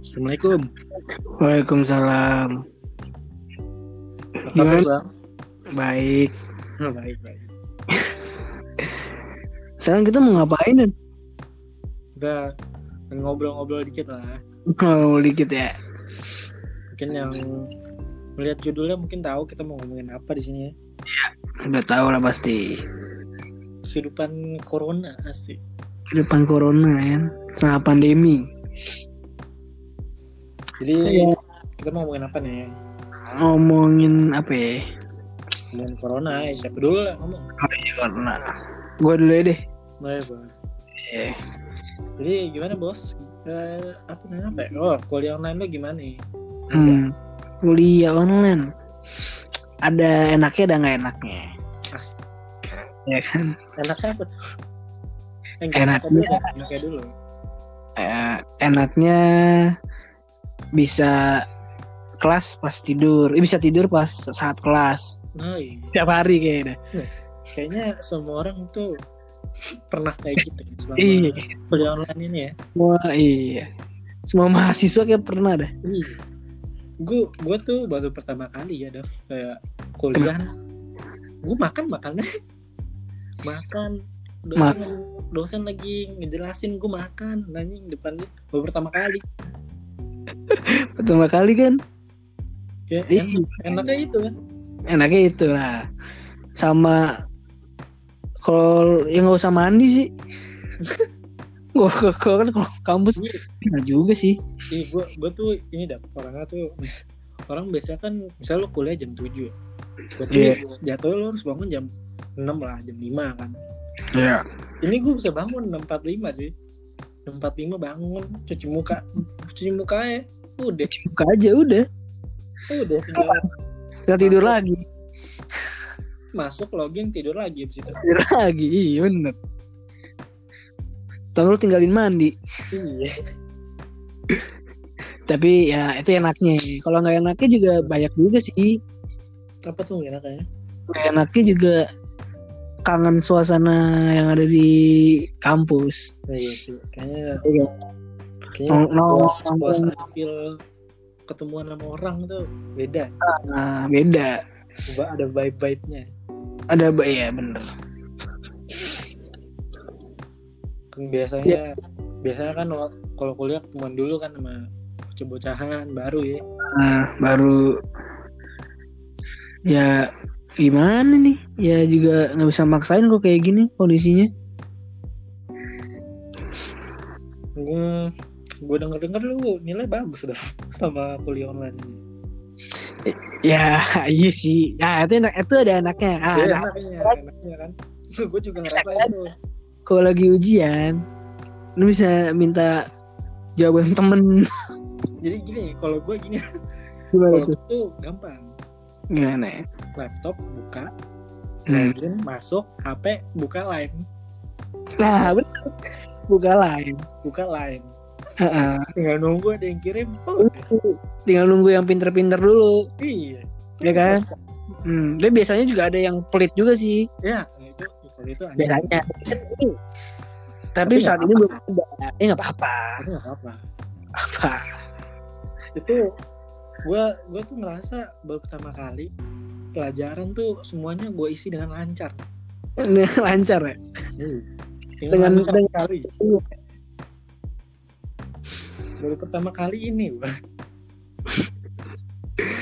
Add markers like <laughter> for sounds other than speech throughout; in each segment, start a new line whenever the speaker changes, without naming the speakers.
Assalamualaikum.
Waalaikumsalam.
Apa kabar,
Gimana?
Bang? Oh,
Baik.
baik, baik.
Sekarang kita mau ngapain? Dan?
Kita ngobrol-ngobrol dikit lah.
<laughs> Mau dikit ya.
Mungkin yang melihat judulnya mungkin tahu kita mau ngomongin apa di sini ya.
Udah tau lah pasti.
Kehidupan corona asik.
Depan corona ya. Selama pandemi.
Jadi
Iya.
kita mau ngomongin apa nih?
Ngomongin apa ya?
Ngomongin corona ya siapa dulu lah ngomong.
Ya, Corona. Gue dulu ya deh.
Baik, Bang.
Iya.
Jadi gimana bos? Eh, apa namanya apa ya? Oh, kuliah online lo gimana nih?
Hmm. Kuliah online. Ada enaknya ada nggak enaknya.
As-
Ya kan.
Ah, Enaknya apa tuh? Eh, nggak
Enaknya-
dulu deh, enaknya dulu.
Eh, enaknya bisa kelas pas tidur. Eh, bisa tidur pas saat kelas.
Nah, iya.
Tiap hari kayaknya.
kayaknya semua orang tuh pernah kayak gitu ya, selama
Iya.
kuliah online ini ya.
Semua iya. Semua mahasiswa kayak pernah dah.
Iya. Gue gue tuh baru pertama kali ya, Dav, kayak kuliah. Gue makan makannya, makan dosen
Mak-
dosen lagi ngejelasin gue makan nanya depannya baru pertama kali
Pertama kali kan.
ya,
Iya.
en- enaknya itu kan
Enaknya itu lah. Sama kalau yang nggak usah mandi
<laughs>
sih. Gua gua- gua kan kalau kampus
Iya.
nggak juga sih.
Iya, gue gue tuh ini dah orangnya tuh orang biasanya kan misalnya lo kuliah jam 7 ya. Gua tuh
Iya.
Jatuh lo harus bangun jam 6 lah, jam 5 kan.
Iya.
Ini gue bisa bangun 6.45 sih. 6.45 bangun, cuci muka, cuci muka ya. Udah,
Buka aja udah.
udah tinggal
Kita
Iya.
tidur lagi.
masuk login tidur lagi abis itu.
Tidur lagi. Iya bener. Tahun lu tinggalin mandi.
Iya.
Tapi ya itu enaknya. Kalau nggak enaknya juga banyak juga sih.
Apa tuh ya. nggak enaknya?
enaknya juga kangen suasana yang ada di kampus.
Nah, iya sih. Kayaknya
Iya.
kayaknya
Nong- nongkrong.
suasana feel ketemuan sama orang tuh beda.
Nah, beda.
Coba ada vibe-vibe-nya.
Ada ba- ya bener.
Kan biasanya biasanya kan wa- kalau kuliah ketemuan dulu kan sama bocah-bocahan baru ya
Nah, baru ya gimana nih? Ya juga nggak bisa maksain kok kayak gini kondisinya.
gue gue denger denger lu nilai bagus dah <laughs> sama kuliah online ini
Ya <laughs> iya sih. Nah itu enak itu ada anaknya. Ah,
Iya,
anak
enaknya enaknya kan <laughs> gue juga ngerasa itu
kalau lagi ujian, lu bisa minta jawaban temen
jadi gini kalau gue gini kalau
gimana tuh?
gua tuh gampang
Gimana ya?
laptop buka
Hmm.
login masuk hp buka line
Nah betul. Buka lain.
buka line
Heeh.
tinggal nunggu ada yang kirim oh,
Iya. Hmm. tinggal nunggu yang pinter-pinter dulu
iya
Iya kan? hmm. dia biasanya juga ada yang pelit juga sih
ya itu kalau itu anjing.
biasanya tapi
Tapi
saat
nggak
ini belum
apa-apa.
ada ya nggak apa-apa
Tapi nggak apa-apa
apa
itu gua gua tuh ngerasa baru pertama kali pelajaran tuh semuanya gue isi dengan lancar
<laughs> lancar ya
dengan
Dengan-
lancar
dengan-
sekali baru pertama kali ini
<laughs>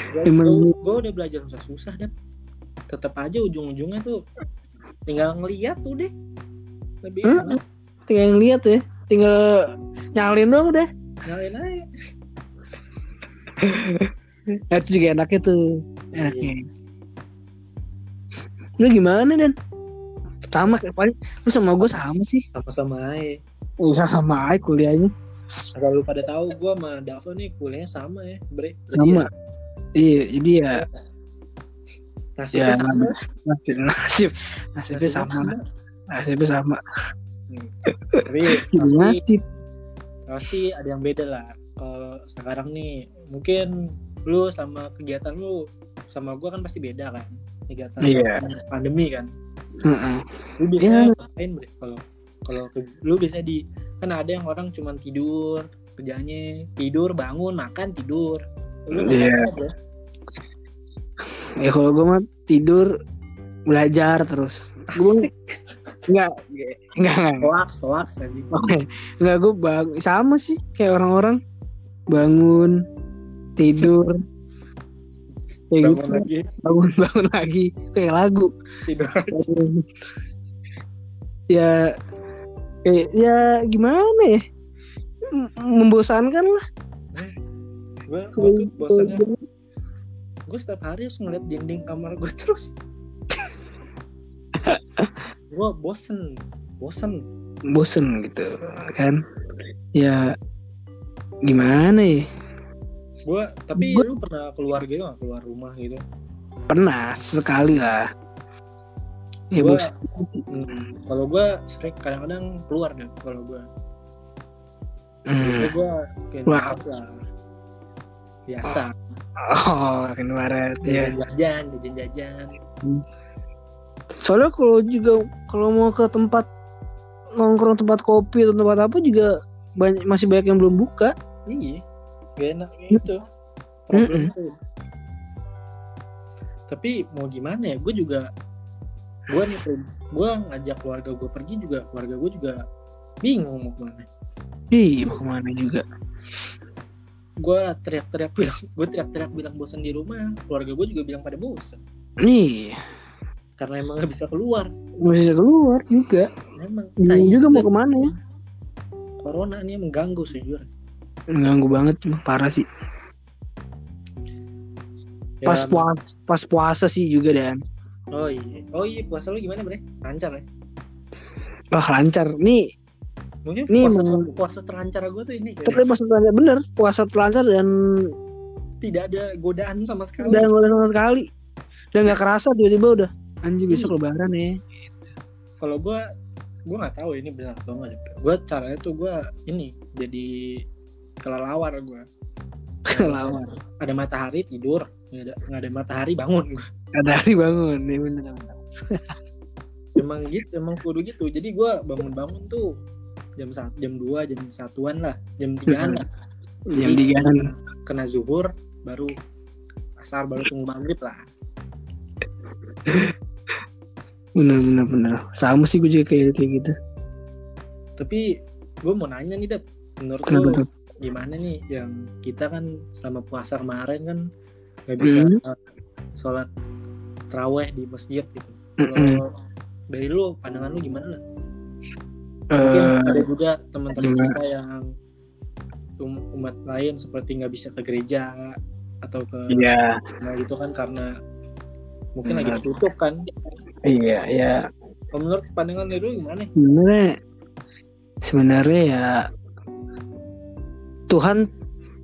gua
Emang-
gue udah belajar susah-susah deh tetap aja ujung-ujungnya tuh tinggal ngeliat tuh deh lebih
Hah?
enak
tinggal ngeliat ya tinggal nyalin dong udah
nyalain aja
nah, itu juga enaknya tuh
Iya,
enaknya lu gimana dan sama kayak paling lu sama gue sama sih
sama-sama aja
usah Iya, sama aja kuliahnya
kalau lu pada tahu gue sama Davo nih kuliahnya sama ya bre Jadi
sama
ya,
iya jadi ya
nasibnya
Ya,
sama
nasib nasib nasibnya sama
Nasibnya
nasibnya sama <laughs>
tapi
Jadi
pasti
nasib
pasti ada yang beda lah kalau sekarang nih mungkin lu sama kegiatan lu sama gua kan pasti beda kan kegiatan
Iya.
pandemi kan
Heeh.
lu biasanya
Iya.
ngapain Bre? kalau kalau ke- lu biasanya di kan ada yang orang cuman tidur kerjanya tidur bangun makan tidur lu
Iya.
makan apa?
ya kalau gue mah tidur belajar terus gue nggak nggak nggak
hoax hoax tadi
Oke, nggak gue bang sama sih kayak orang-orang bangun tidur
bangun
kayak gitu
lagi
bangun bangun lagi kayak lagu
tidur
ya kayak ya gimana ya M- membosankan lah
gue tuh bosannya gue setiap hari harus ngeliat dinding kamar gue terus gue bosen bosen
bosen gitu kan ya gimana ya
gue tapi
Gua-
lu pernah keluar gitu nggak keluar rumah gitu
pernah sekali lah ya
Gua-
bosan
Hmm, kalau gue sering kadang-kadang keluar deh kalau gue
Hmm.
<laughs> Biasanya gue kayak
Wah. Ah,
nyokap lah. biasa
oh kan barat ya
jajan jajan jajan
soalnya kalau juga kalau mau ke tempat nongkrong tempat kopi atau tempat apa juga banyak masih banyak yang belum buka
iya gak enak
Hmm.
gitu problem tuh. tapi mau gimana ya gue juga gue nih gue ngajak keluarga gue pergi juga keluarga gue juga bingung mau kemana
Ih, mau kemana juga
gue teriak-teriak bilang gue teriak-teriak bilang bosan di rumah keluarga gue juga bilang pada bosan
nih
karena emang gak bisa keluar
masih bisa keluar juga
emang
Bingung
tai
juga mau
banget.
kemana ya
corona ini mengganggu sejujurnya
mengganggu banget cuma parah sih
Ya,
pas puasa pas puasa sih juga dan
oh iya oh iya puasa lu gimana bre lancar ya
wah lancar nih
mungkin
Nih,
puasa,
emang-
puasa terlancar gue tuh ini kayaknya.
tapi pas terlancar bener puasa terlancar dan
tidak ada godaan sama sekali
dan nggak ada sama sekali dan nggak kerasa tiba-tiba udah anjing
Iya.
besok lebaran <laughs> ya
kalau gue gue nggak tahu ini benar atau enggak gue caranya tuh gue ini jadi kelelawar gue
kelawar
ada matahari tidur nggak ada nggak ada matahari bangun <laughs> gue
ada hari bangun ya bener
emang gitu emang kudu gitu jadi gue bangun bangun tuh jam satu jam dua jam satuan lah jam tigaan
<laughs>
lah
jam kan.
Jadi,
tigaan
kena zuhur baru asar baru tunggu maghrib lah
bener bener bener sama sih gue juga kayak kayak gitu
tapi gue mau nanya nih Dap menurut
Kenapa
lo
tuh?
gimana nih yang kita kan selama puasa kemarin kan nggak bisa
Hmm.
uh, sholat traweh di masjid gitu
Mm-mm.
kalau dari lu pandangan lu gimana lah mungkin
hmm. Eh,
ada juga teman-teman
gimana?
kita yang um- umat lain seperti nggak bisa ke gereja atau ke
iya Hmm.
nah itu kan karena mungkin lagi
Benar.
ditutup kan
iya iya
kalau menurut pandangan dari lu gimana
sebenarnya sebenarnya ya Tuhan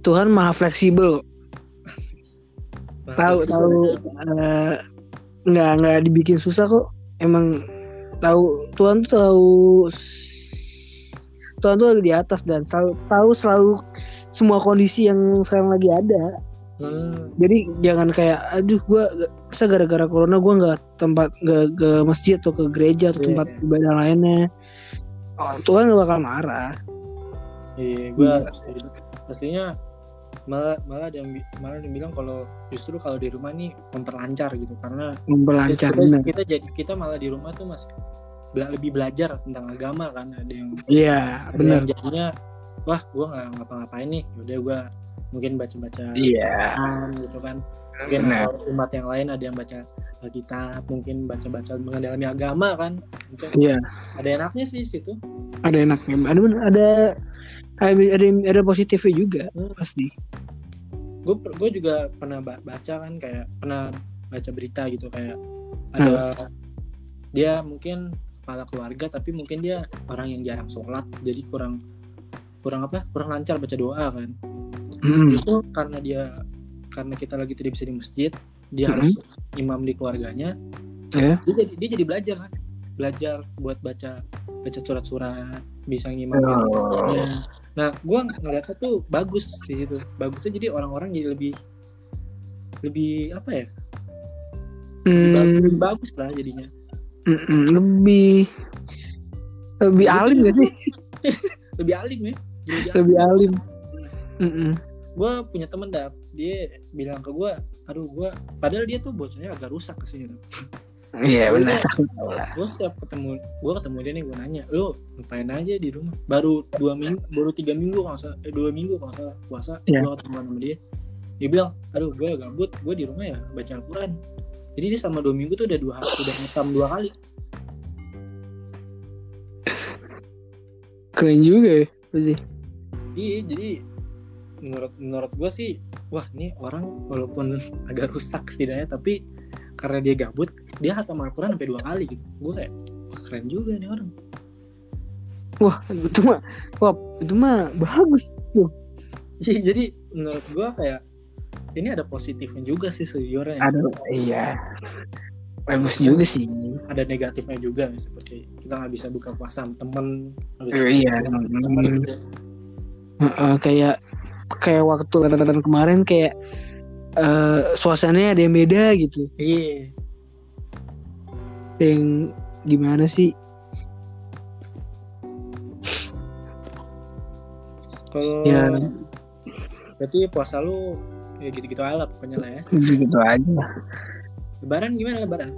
Tuhan maha fleksibel
Nah,
tahu
itu
tahu eh, nggak nggak dibikin susah kok emang tahu Tuhan tuh tahu s- Tuhan tuh lagi di atas dan selalu tahu selalu semua kondisi yang sekarang lagi ada
Hmm,
jadi jangan kayak aduh gua bisa gara-gara corona gua nggak tempat nggak ke masjid atau ke gereja atau
Iya,
tempat
iya.
ibadah lainnya oh, Tuhan gak bakal marah
Iya, gua aslinya malah malah ada yang bi- malah ada yang bilang kalau justru kalau di rumah nih memperlancar gitu karena
memperlancar
kita,
benar.
kita jadi kita malah di rumah tuh masih bela- lebih belajar tentang agama kan ada yang
iya
ada
benar
yang jadinya wah gua nggak ngapa-ngapain nih ya udah gua mungkin baca-baca
iya
Quran gitu kan mungkin
benar
kalau umat yang lain ada yang baca Alkitab mungkin baca-baca mengendalami agama kan Mungkin
iya
ada enaknya sih di situ
ada enaknya ada bener- ada ada ada, ada positifnya juga
Hmm.
pasti
gue gue juga pernah ba- baca kan kayak pernah baca berita gitu kayak ada dia mungkin kepala keluarga tapi mungkin dia orang yang jarang sholat jadi kurang kurang apa kurang lancar baca doa kan
Mm.
justru karena dia karena kita lagi tidak bisa di masjid dia
Mhm.
harus imam di keluarganya
Iya.
dia jadi dia jadi belajar kan belajar buat baca baca surat-surat bisa ngimam
Oh.
Iya. Nah, gue ngeliatnya tuh bagus di situ. Bagusnya jadi orang-orang jadi lebih lebih apa ya? Lebih ba-
Hmm,
lebih bagus lah jadinya.
mm-mm, lebih lebih alim gak sih
Lebih alim ya. Jadi
lebih alim Mm-mm.
gue punya temen dah dia bilang ke gue aduh gue padahal dia tuh bocahnya agak rusak kesini tuh
Iya
Gua-
benar.
gue setiap ketemu gue ketemu dia nih gue nanya lu ngapain aja di rumah baru dua minggu baru tiga minggu kalau nggak salah eh, dua minggu kalau nggak salah puasa
Iya.
gue ketemu sama dia dia bilang aduh gue gabut gue di rumah ya baca Al-Quran jadi dia sama dua minggu tuh udah dua udah ngetam dua kali
Keren juga ya. Berarti.
iya jadi menurut menurut gue sih wah ini orang walaupun <laughs> agak rusak setidaknya tapi karena dia gabut dia hatam Al-Quran sampai dua kali gitu gue kayak wah, keren juga nih orang
Wah, itu mah, wah, itu mah bagus tuh.
Iya, jadi menurut gua kayak ini ada positifnya juga sih sejujurnya. Ada,
Aduh, iya. Bagus juga sih.
negatifnya juga seperti kita nggak bisa buka puasa sama temen, nggak bisa
Eh, iya.
buka puasa sama temen
Mm.
gitu.
Heeh, kayak kayak waktu lebaran kemarin kayak eh suasananya ada yang beda gitu.
Iya,
Ada Yang gimana sih?
kalau
Ya.
berarti puasa lu ya gitu-gitu aja lah pokoknya lah ya.
Gitu aja.
Lebaran gimana lebaran?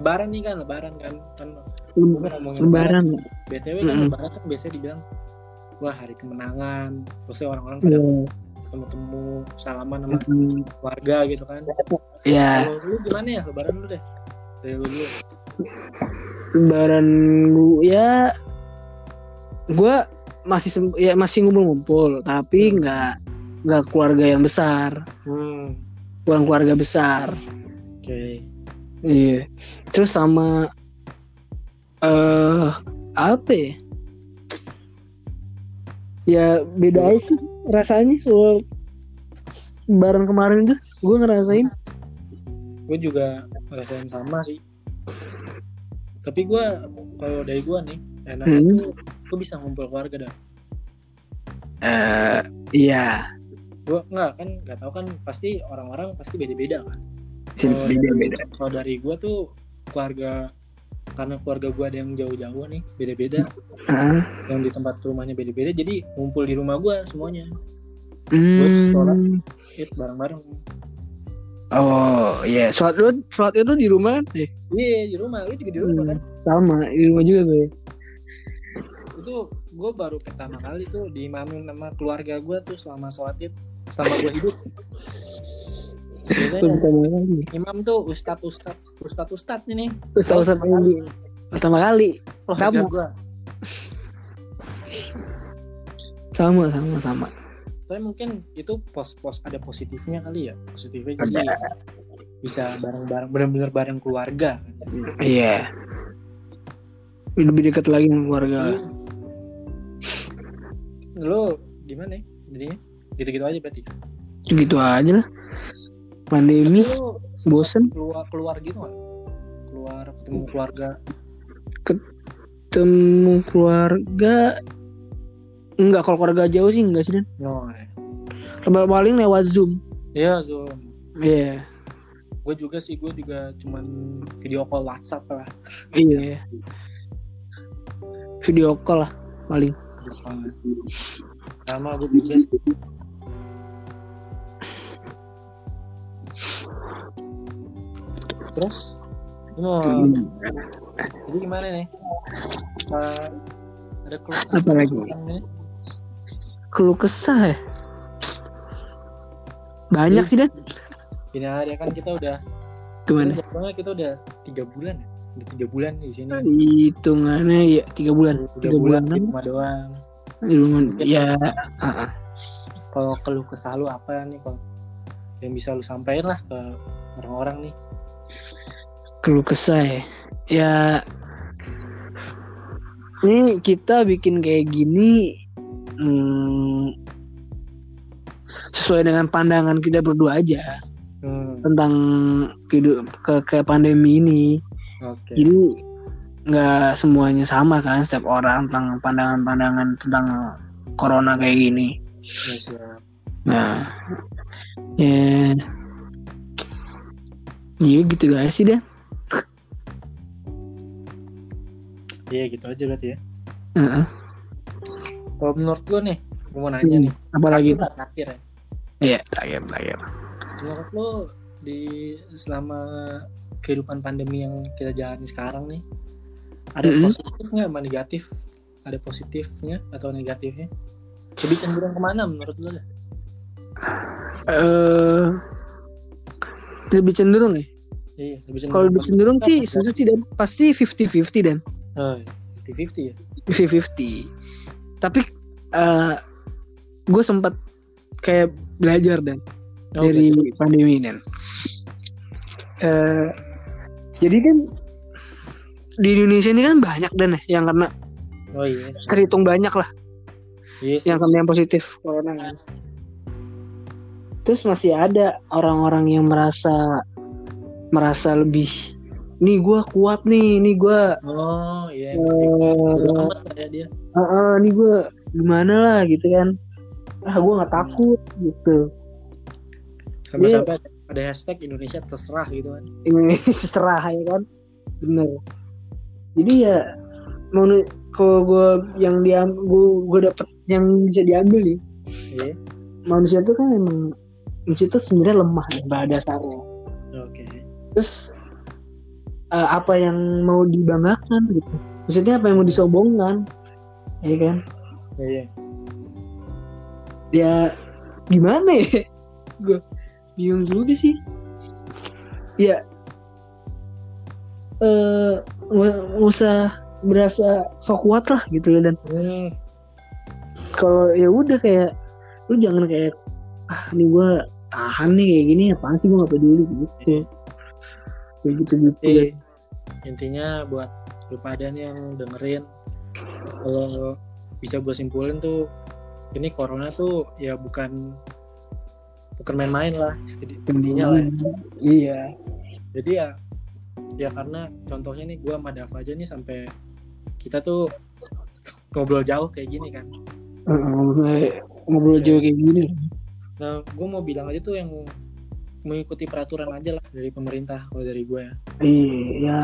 Lebaran nih kan, lebaran kan kan gua ngomongin
Lebaran.
BTW kan
Mm-mm.
lebaran kan biasanya dibilang wah hari kemenangan, terus ya orang-orang pada
Iya. Mm.
ketemu-temu salaman sama keluarga gitu kan.
Ya,
Kalau lu gimana ya lebaran lu deh? Dari lu dulu.
lebaran gua ya gua masih sem- ya masih ngumpul-ngumpul tapi nggak nggak keluarga yang besar
Hmm.
bukan keluarga besar
Oke.
Iya. Terus sama eh apa ya? Ya beda aja sih rasanya soal bareng kemarin tuh gue ngerasain
Gue juga ngerasain sama sih. Tapi gue kalau dari gue nih enak
Hmm.
itu gue bisa ngumpul keluarga dah.
eh iya
Gue nggak kan nggak tahu kan pasti orang-orang pasti beda-beda kan.
beda beda
Kalau dari gue tuh keluarga karena keluarga gue ada yang jauh-jauh nih beda-beda
ah
yang di tempat rumahnya beda-beda jadi ngumpul di rumah gue semuanya sholat.
hmm.
It, bareng-bareng
oh iya sholat lu sholat itu di rumah kan Eh,
iya di rumah lu juga di rumah kan
sama di rumah juga gue
itu gue baru pertama kali tuh diimamin sama keluarga gue tuh selama sholat id selama gue hidup
Lu
biasanya
pertama kali
imam tuh ustad ustad ustad ustad nih nih
terus tahu ustadz yang di- pertama kali
keluarga
Kamu.
gue
sama sama sama
tapi mungkin itu pos pos ada positifnya kali ya positifnya jadi bisa bareng bareng bener-bener bareng keluarga
Iya. Lebih dekat lagi sama keluarga.
Iya. lo gimana ya jadinya gitu-gitu aja berarti
Gitu aja lah. Pandemi
lo
bosen
keluar keluar gitu nggak keluar ketemu keluarga
temu keluarga. Enggak kalau keluarga jauh sih enggak sih dan.
no
Lebar paling lewat Zoom.
ya zoom
Iya.
gue juga sih gue juga cuman video call WhatsApp lah
Iya. Video call lah paling.
video call. sama gue juga sih. terus lu mau jadi gimana nih Eh, ada keluh kesah
Apa lagi?
tentang ini?
Keluh kesah ya. Banyak sih dan.
gini aja kan kita udah
Gimana?
kita jatuhnya kita udah tiga bulan ya udah tiga bulan di sini
Hitungannya ya tiga bulan.
tiga
Tiga
bulan di
bulanan.
rumah doang
Di rumah- Ya. ah, ah.
kalau keluh kesah lu apa nih kalau yang bisa lu sampaikan lah ke orang-orang nih
keluh kesah ya. Ya ini kita bikin kayak gini hmm, sesuai dengan pandangan kita berdua aja
hmm,
tentang hidup ke, ke pandemi ini.
oke
Jadi nggak semuanya sama kan setiap orang tentang pandangan-pandangan tentang corona kayak gini.
Ya, siap.
Nah, ya, ya gitu guys sih deh.
iya gitu aja berarti ya
Heeh.
kalau menurut lu nih aku mau nanya nih
apalagi
terakhir, terakhir ya
iya terakhir terakhir
menurut lo di selama kehidupan pandemi yang kita jalani sekarang nih ada
Mm-mm.
positifnya sama negatif ada positifnya atau negatifnya lebih cenderung kemana menurut lo
eh lebih cenderung ya
iya lebih cenderung
kalau lebih cenderung sih
positif
susah sih dan pasti 50-50 dan
atau- Oh, 50-50 ya
50-50 tapi eh gue sempat kayak belajar dan
Oh,
dari
berarti-
pandemi ini. Eh, jadi kan di Indonesia ini kan banyak dan ya yang kena
oh iya
terhitung banyak lah
iya sih.
yang kena yang positif corona kan. Terus masih ada orang-orang yang merasa merasa lebih nih gua kuat nih, nih gua
oh iya Bodo
eh,
amat lah ya dia
"Ah, ah, nih gua gimana lah gitu kan. Ah gua nggak takut gitu. Dia-
sampai-sampai ada hashtag Indonesia terserah gitu kan
ini <laughs> serah ya kan bener jadi ya menu kalau gue yang diam gue gue dapet yang bisa diambil nih
iya
manusia tuh kan emang manusia tuh sebenarnya lemah ya, pada dasarnya
oke
terus eh, apa yang mau dibanggakan gitu maksudnya apa yang mau disombongkan ya kan
iya
ya gimana ya <laughs> gue bingung juga sih ya eh nggak nggak usah berasa sok kuat lah gitu loh dan
Hmm,
kalau ya udah kayak lu jangan kayak ah ini gue tahan nih kayak gini apaan sih gue gak peduli gitu kayak gitu gitu
Jadi, intinya buat lu pada nih yang dengerin kalau bisa gue simpulin tuh ini corona tuh ya bukan bukan main-main lah Jadi- intinya lah ya.
iya
jadi ya ya karena contohnya nih gue sama Dava aja nih sampai kita tuh ngobrol jauh kayak gini kan
Heeh, ngobrol jauh kayak gini
nah gue mau bilang aja tuh yang mengikuti peraturan aja lah dari pemerintah kalau dari gue ya
iya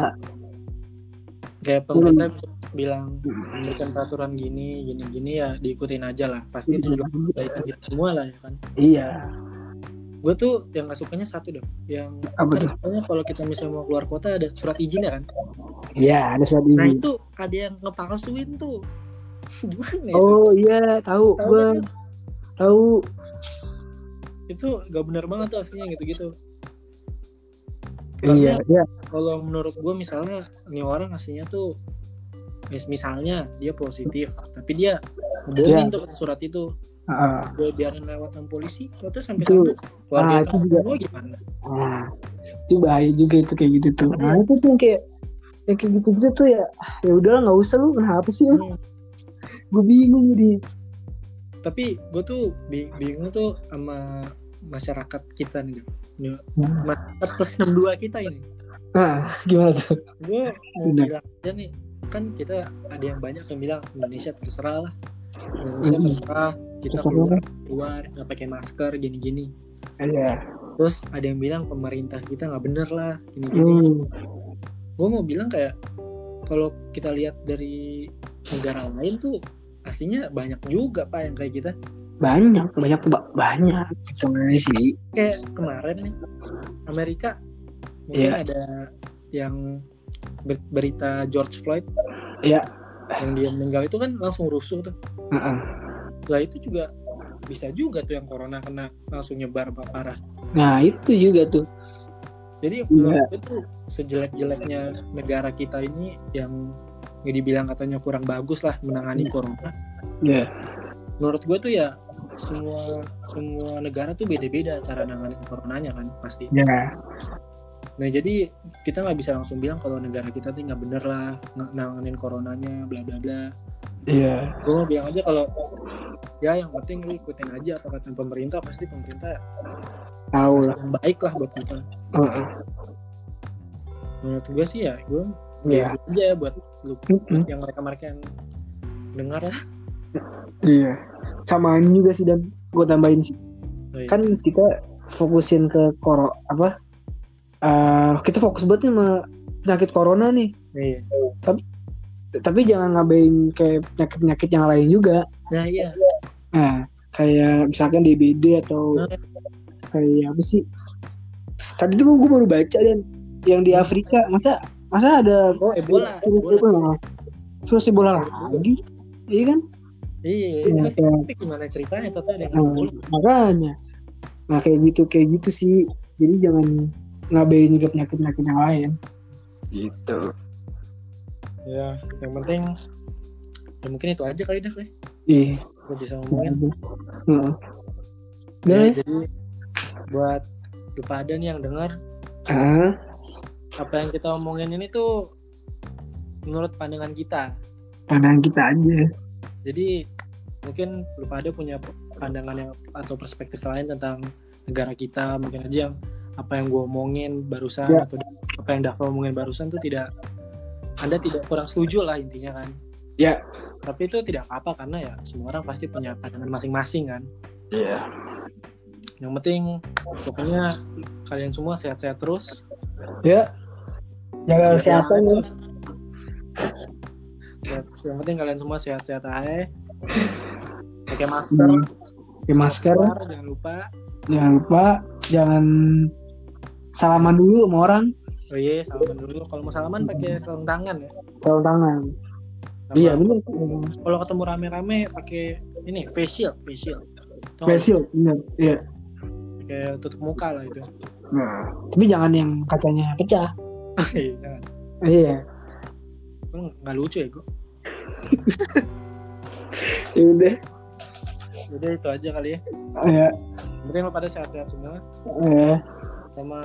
kayak pemerintah
Hmm.
bilang
ya.
memberikan peraturan gini gini gini ya diikutin aja lah pasti itu
Gitu Hmm.
juga kebaikan kita semua lah ya kan
iya
gue tuh yang gak sukanya satu dong yang
apa
kan
tuh
katanya kalau kita misalnya mau keluar kota ada surat izinnya kan
iya ada saat
nah
ini
itu ada yang ngepalsuin tuh <laughs> gimana itu
Oh iya, tahu
Tahu
gua
kan lu?
tahu.
itu gak benar banget tuh aslinya gitu-gitu Karena-
Iya, iya.
kalau menurut gue misalnya nih orang aslinya tuh mis- misalnya dia positif tapi dia bohongin
Iya.
tuh surat itu
Heeh.
gue biarin lewat sama polisi terus sampai sana
Itu-
keluarga
ah, itu juga.
gua gimana
Nah, itu bahaya juga itu kayak gitu tuh. Nah, itu tuh yang kayak yang kayak gitu-gitu tuh ya ah, ya udahlah nggak usah lu kenapa sih lu?
Hmm.
Gue bingung jadi.
tapi gue tuh bi- bingung tuh sama masyarakat kita nih Gam. Nih,
Hmm.
masyarakat plus 62 kita ini
Nah, <laughs> gimana tuh?
gue mau
Benar.
bilang aja nih kan kita ada yang banyak yang bilang Indonesia terserah lah Indonesia
Mm-mm.
terserah kita
Terserah.
keluar keluar nggak pakai masker gini-gini
Iya.
terus ada yang bilang pemerintah kita nggak bener lah gini-gini
Hmm.
gue mau bilang kayak kalau kita lihat dari negara lain tuh aslinya banyak juga pak yang kayak kita
Banyak, banyak ba- banyak hitungannya sih.
kayak kemarin nih Amerika mungkin
Iya.
ada yang ber- berita George Floyd
Iya.
yang dia meninggal itu kan langsung rusuh tuh
Heeh.
lah itu juga bisa juga tuh yang corona kena langsung nyebar Pak, parah
Nah, itu juga tuh.
jadi menurut gue tuh sejelek-jeleknya negara kita ini yang nggak dibilang katanya kurang bagus lah menangani corona
Iya.
menurut gue tuh ya semua semua negara tuh beda-beda cara nanganin coronanya kan pasti
Iya.
Nah jadi kita nggak bisa langsung bilang kalau negara kita tuh nggak bener lah ng- nanganin coronanya bla bla bla.
Iya.
Gue mau bilang aja kalau ya yang penting lu ikutin aja apa kata pemerintah pasti pemerintah
Tahu lah.
yang baik lah buat kita.
Heeh.
Menurut gue sih ya gue
Iya. Hmm?
aja ya buat lu
Mm-mm.
yang mereka-mereka yang dengar lah.
Iya. Sama ini juga sih dan gue tambahin sih.
Oh, iya.
kan kita fokusin ke koro apa eh, kita fokus banget nih sama penyakit corona nih
Iya.
tapi jangan ngabain kayak penyakit penyakit yang lain juga
Nah iya.
Nah, kayak misalkan DBD atau
Nah,
kayak apa sih? Tadi tuh gue baru baca dan yang di Afrika masa masa ada
oh Ebola
virus
Ebola
Ebola, virus Ebola lagi, iya kan?
iya
Iya,
itu
kayak-
tapi gimana ceritanya tata ada yang
Nah,
Ebola
makanya nah kayak gitu kayak gitu sih jadi jangan ngabain juga penyakit penyakit yang lain
gitu
ya yang penting ya mungkin itu aja kali dah Fe.
iya
Gua bisa
itu
ngomongin
aja. Heeh. udah
Ya,
ya?
jadi buat lu pada nih yang dengar
Ah,
apa yang kita omongin ini tuh menurut pandangan kita
pandangan kita aja
jadi mungkin lu pada punya pandangan yang atau perspektif lain tentang negara kita mungkin aja yang apa yang gua omongin barusan
Ya.
atau apa yang Dafa omongin barusan tuh tidak anda tidak kurang setuju lah intinya kan
Ya.
tapi itu tidak apa karena ya semua orang pasti punya pandangan masing-masing kan
iya
yang penting pokoknya kalian semua sehat-sehat terus
jaga
Ya,
kesehatan ya.
Sehat- yang penting kalian semua sehat-sehat aja pakai masker
Hmm. pakai masker
keluar, jangan lupa
jangan lupa jangan salaman dulu sama orang
oh iya salaman dulu kalau mau salaman pakai sarung tangan ya
salam tangan
Sama-
iya benar
kalau ketemu rame-rame pakai ini face shield face shield Tau nggak?
facial benar iya
pakai tutup muka lah itu <laughs>
nah
tapi jangan yang kacanya pecah
Iya, jangan
iya
Lu nggak lucu ya gue
ya udah
udah itu aja kali ya
ya
Yang penting lo pada sehat-sehat semua
ya
sama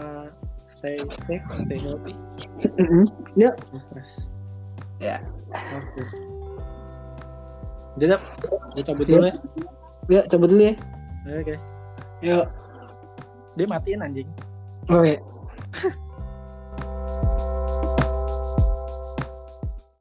stay safe stay healthy
Mm-mm.
no stress
Ya.
oke jadi dia cabut dulu ya
ya coba dulu ya
oke
yuk
dia matiin anjing
oke